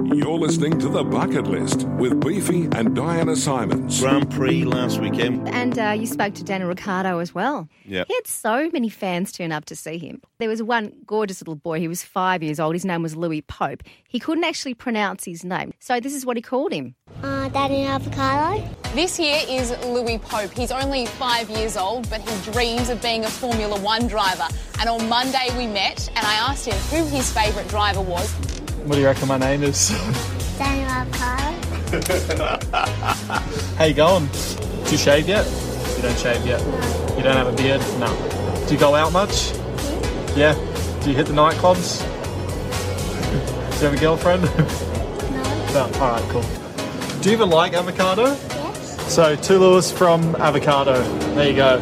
listening to The Bucket List with Beefy and Diana Simons. Grand Prix last weekend. And uh, you spoke to Daniel Ricciardo as well. Yep. He had so many fans turn up to see him. There was one gorgeous little boy. He was five years old. His name was Louis Pope. He couldn't actually pronounce his name. So this is what he called him. Uh, Daddy Avocado. This here is Louis Pope. He's only five years old, but he dreams of being a Formula One driver. And on Monday we met, and I asked him who his favourite driver was. What do you reckon my name is? Daddy Avocado. How you going? Do you shave yet? You don't shave yet. You don't have a beard? No. Do you go out much? Yeah. Do you hit the nightclubs? Do you have a girlfriend? No. no. All right, cool. Do you even like avocado? Yes. So two lures from avocado. There you go.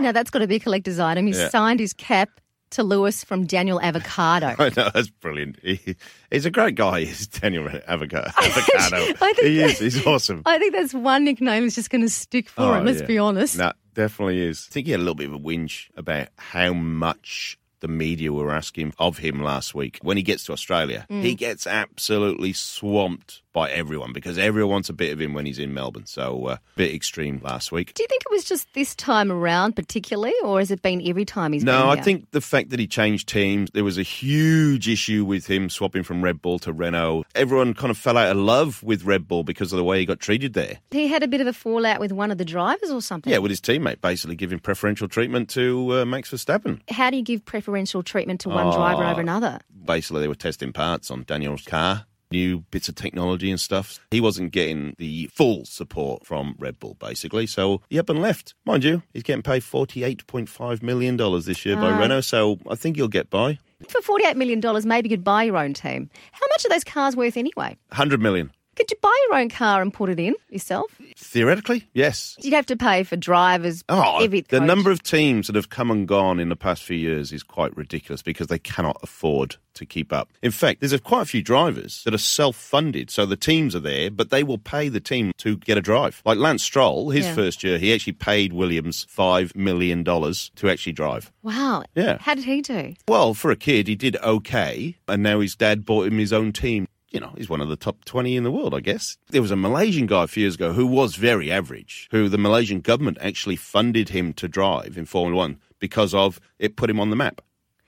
Now that's got to be a collector's item. He Yeah. signed his cap to Lewis from Daniel Avocado. I know that's brilliant. He, he's a great guy. He's Daniel Avocado. Avocado. I think he that- is. He's awesome. I think that's one nickname is just going to stick for him. Let's Oh, yeah. be honest. No, definitely is. I think he had a little bit of a whinge about how much the media were asking of him last week. When he gets to Australia, he gets absolutely swamped by everyone because everyone's a bit of him when he's in Melbourne. So uh, a bit extreme last week. Do you think it was just this time around particularly, or has it been every time he's been No, I here? think the fact that he changed teams, there was a huge issue with him swapping from Red Bull to Renault. Everyone kind of fell out of love with Red Bull because of the way he got treated there. he had a bit of a fallout with one of the drivers or something. Yeah, with his teammate basically giving preferential treatment to uh, Max Verstappen. How do you give preferential treatment to Oh. one driver over another? basically they were testing parts on Daniel's car, new bits of technology and stuff. He wasn't getting the full support from Red Bull, basically. So he up and left. Mind you, he's getting paid $48.5 million this year by Renault, so I think he'll get by. For $48 million, maybe you could buy your own team. How much are those cars worth anyway? 100 million. Could you buy your own car and put it in yourself? Theoretically, yes. You'd have to pay for drivers, Oh, every the coach. number of teams that have come and gone in the past few years is quite ridiculous because they cannot afford to keep up. In fact, there's a, quite a few drivers that are self-funded, so the teams are there, but they will pay the team to get a drive. Like Lance Stroll, his Yeah. first year, he actually paid Williams five million dollars to actually drive. Wow. Yeah. How did he do? Well, for a kid, he did okay, and now his dad bought him his own team. You know, he's one of the top 20 in the world, I guess. There was a Malaysian guy a few years ago who was very average, who the Malaysian government actually funded him to drive in Formula One because of it put him on the map.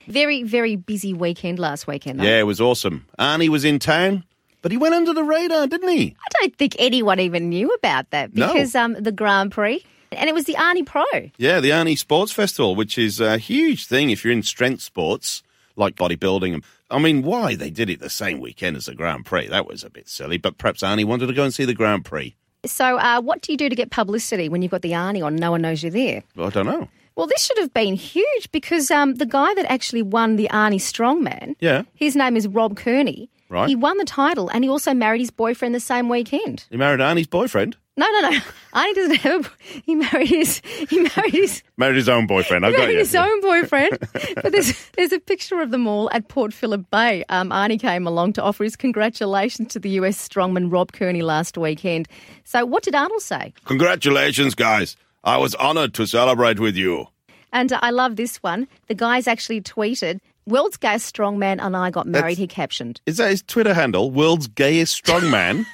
Very, very busy weekend last weekend. though. Yeah, it was awesome. And he was in town, but he went under the radar, didn't he? I don't think anyone even knew about that No. because um, the Grand Prix, and it was the Arnie Pro. Yeah, the Arnie Sports Festival, which is a huge thing if you're in strength sports like bodybuilding. I mean, why they did it the same weekend as the Grand Prix? That was a bit silly, but perhaps Arnie wanted to go and see the Grand Prix. So, uh, what do you do to get publicity when you've got the Arnie on? and No one knows you're there. I don't know. Well, this should have been huge because um, the guy that actually won the Arnie Strongman, Yeah. his name is Rob Kearney. Right. He won the title and he also married his boyfriend the same weekend. He married Arnie's boyfriend. No, no, no. Arnie doesn't have a. He married his. He married his. Married his own boyfriend. I've Oh, got married you. his own boyfriend. But there's there's a picture of them all at Port Phillip Bay. Um, Arnie came along to offer his congratulations to the US strongman Rob Kearney last weekend. So what did Arnold say? Congratulations, guys. I was honored to celebrate with you. And uh, I love this one. The guys actually tweeted, "World's gayest strongman and I got That's- married." he captioned. Is that his Twitter handle? World's gayest strongman?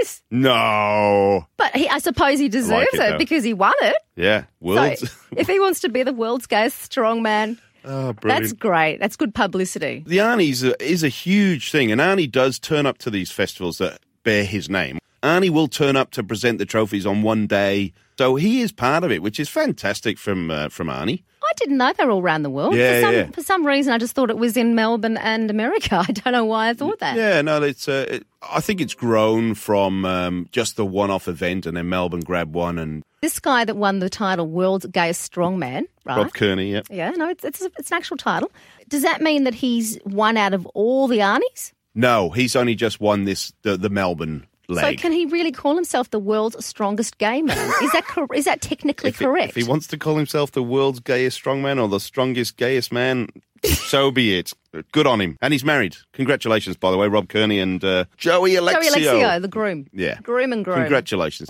Yes, no. but he, I suppose he deserves like it, it, though. because he won it. Yeah. So World's. if he wants to be the world's gayest strongman, oh, brilliant. that's great. That's good publicity. The Arnie's a, is a huge thing, and Arnie does turn up to these festivals that bear his name. Arnie will turn up to present the trophies on one day, so he is part of it, which is fantastic from uh, from Arnie. I didn't know they were all around the world. Yeah, for, some, yeah. for some reason, I just thought it was in Melbourne and America. I don't know why I thought that. Yeah, no, it's. Uh, it, I think it's grown from um, just the one-off event, and then Melbourne grabbed one, and This guy that won the title, World's Gayest Strongman, right? Rob Kearney. Yeah, Yeah, no, it's, it's, it's an actual title. Does that mean that he's one out of all the Arnies? no, he's only just won this the, the Melbourne leg. So can he really call himself the world's strongest gay man? is that cor- is that technically if, he- correct? if he wants to call himself the world's gayest strongman or the strongest gayest man, so be it. Good on him. And he's married. Congratulations, by the way, Rob Kearney and uh, Joey Alexio. Sorry, Alexio, the groom. Yeah. Groom and groom. Congratulations.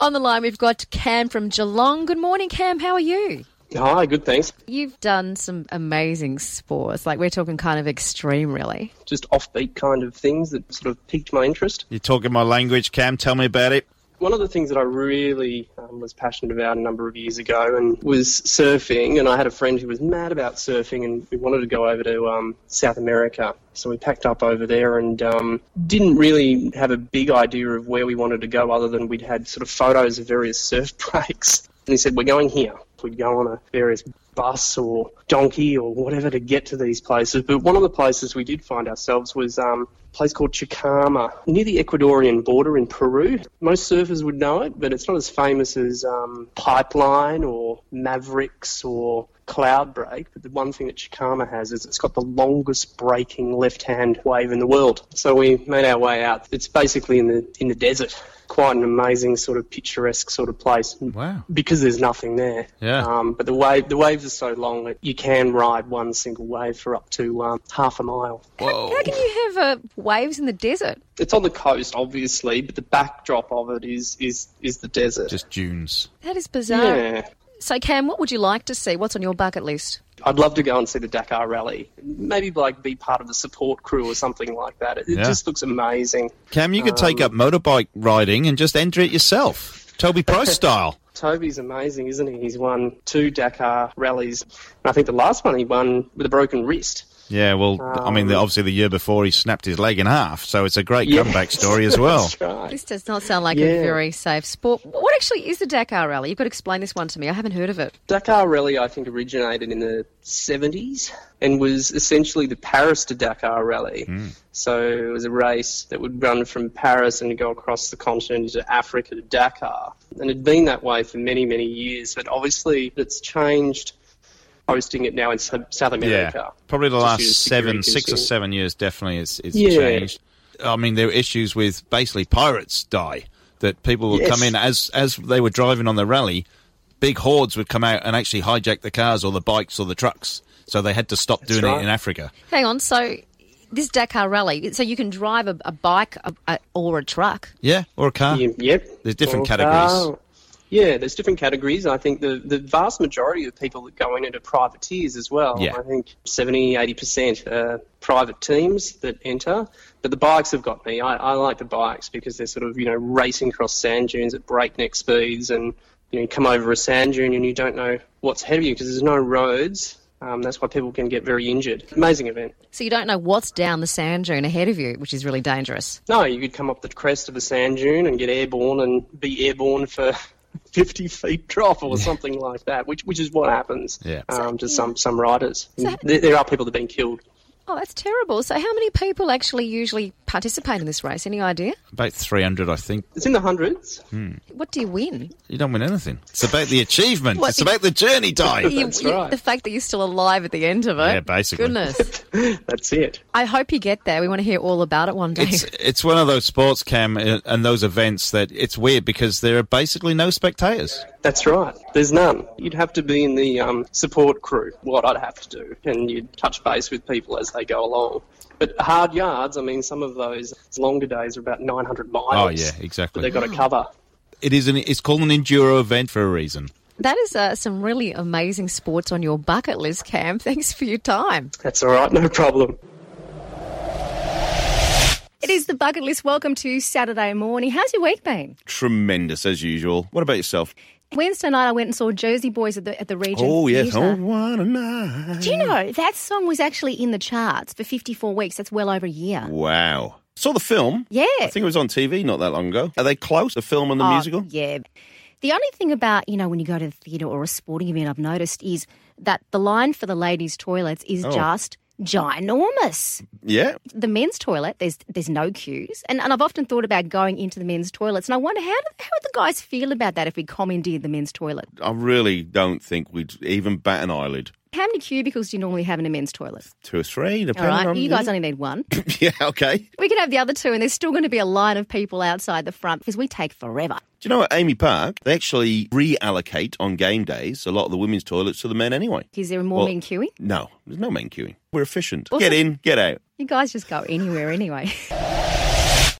On the line, we've got Cam from Geelong. Good morning, Cam. How are you? Hi, good, thanks. You've done some amazing sports. Like we're talking kind of extreme, really. Just offbeat kind of things that sort of piqued my interest. You're talking my language, Cam. Tell me about it. One of the things that I really um, was passionate about a number of years ago and was surfing, and I had a friend who was mad about surfing, and we wanted to go over to um, South America. So we packed up over there and um, didn't really have a big idea of where we wanted to go, other than we'd had sort of photos of various surf breaks. And he said, "We're going here." We'd go on a various bus or donkey or whatever to get to these places. But one of the places we did find ourselves was um, a place called Chicama, near the Ecuadorian border in Peru. Most surfers would know it, but it's not as famous as um, Pipeline or Mavericks or Cloud Break. But the one thing that Chicama has is it's got the longest breaking left-hand wave in the world. So we made our way out. It's basically in the in the desert. Quite an amazing sort of picturesque sort of place. Wow. Because there's nothing there. Yeah. Um, but the wave the waves are so long that you can ride one single wave for up to um, half a mile. How can you have uh, waves in the desert? It's on the coast, obviously, but the backdrop of it is is is the desert. Just dunes. That is bizarre. yeah. So, Cam, what would you like to see? What's on your bucket list? I'd love to go and see the Dakar Rally. Maybe like be part of the support crew or something like that. It, it Yeah. just looks amazing. Cam, you could take up motorbike riding and just enter it yourself, Toby Price style. Toby's amazing, isn't he? He's won two Dakar rallies. And I think the last one he won with a broken wrist. Yeah, well, I mean, the, obviously the year before he snapped his leg in half, so it's a great Yeah. comeback story as well. That's right. This does not sound like a Yeah. very safe sport. What actually is the Dakar Rally? You've got to explain this one to me. I haven't heard of it. Dakar Rally, I think, originated in the 70s and was essentially the Paris to Dakar Rally. Hmm. So it was a race that would run from Paris and go across the continent to Africa to Dakar. And it had been that way for many, many years, but obviously it's changed hosting it now in Sou- South America. Yeah, probably the Just last due to seven, security six or concerns. seven years, definitely it's, it's Yeah. changed. I mean, there were issues with basically pirates die that people would Yes. come in as as they were driving on the rally. Big hordes would come out and actually hijack the cars or the bikes or the trucks, so they had to stop doing it right. in Africa. Hang on. So, this Dakar Rally, so you can drive a, a bike a, a, or a truck. Yeah, or a car. Yeah, yep. There's different Or- categories. Oh. yeah, there's different categories. I think the, the vast majority of people that go in it are privateers as well. Yeah. I think 70, 80% are private teams that enter. But the bikes have got me. I, I like the bikes because they're sort of, you know, racing across sand dunes at breakneck speeds and, you know, you come over a sand dune and you don't know what's ahead of you because there's no roads. Um, that's why people can get very injured. Amazing event. So you don't know what's down the sand dune ahead of you, which is really dangerous. No, you could come up the crest of a sand dune and get airborne and be airborne for 50 feet drop or something like that, which which is what happens Yeah. um, to some, some riders. there, there are people that have been killed. Oh, that's terrible. So, how many people actually usually participate in this race? Any idea? About three hundred, I think. It's in the hundreds. What do you win? You don't win anything. It's about the achievement. What it's the- about the journey, Di. You- That's you- right. The fact that you're still alive at the end of it. Yeah, basically. Goodness. Hmm. That's it. I hope you get there. We want to hear all about it one day. It's it's one of those sports cam uh, and those events that it's weird because there are basically no spectators. That's right. There's none. You'd have to be in the um, support crew, what I'd have to do, and you'd touch base with people as they go along. But hard yards, I mean, some of those longer days are about 900 miles. Oh yeah, That exactly. they've got to cover. It is an it's called an enduro event for a reason. That is uh, some really amazing sports on your bucket list, Cam. Thanks for your time. That's all right, no problem. It is the bucket list. Welcome to Saturday morning. How's your week been? Tremendous as usual. What about yourself? Wednesday night, I went and saw Jersey Boys at the at the Regent. Oh yes, Theatre. oh what a night. Do you know that song was actually in the charts for 54 weeks? That's well over a year. Wow. Saw the film. Yeah. Oh. I think it was on TV not that long ago. Are they close? The film and the musical? Yeah. The only thing about, you know, when you go to the theatre or a sporting event, I've noticed is that the line for the ladies' toilets is Oh. just ginormous. Yeah. The men's toilet, there's there's no queues. And, and I've often thought about going into the men's toilets, and I wonder how, do, how would the guys feel about that if we commandeered the men's toilet? I really don't think we'd even bat an eyelid. How many cubicles do you normally have in a men's toilet? Two or three, All depending right, on you guys only need one. Yeah, okay. we could have the other two, and there's still going to be a line of people outside the front because we take forever. Do you know at Amy Park, they actually reallocate on game days a lot of the women's toilets to the men anyway? Is there more Well- men queuing? No, there's no men queuing. We're efficient. Also- get in, get out. You guys just go anywhere anyway.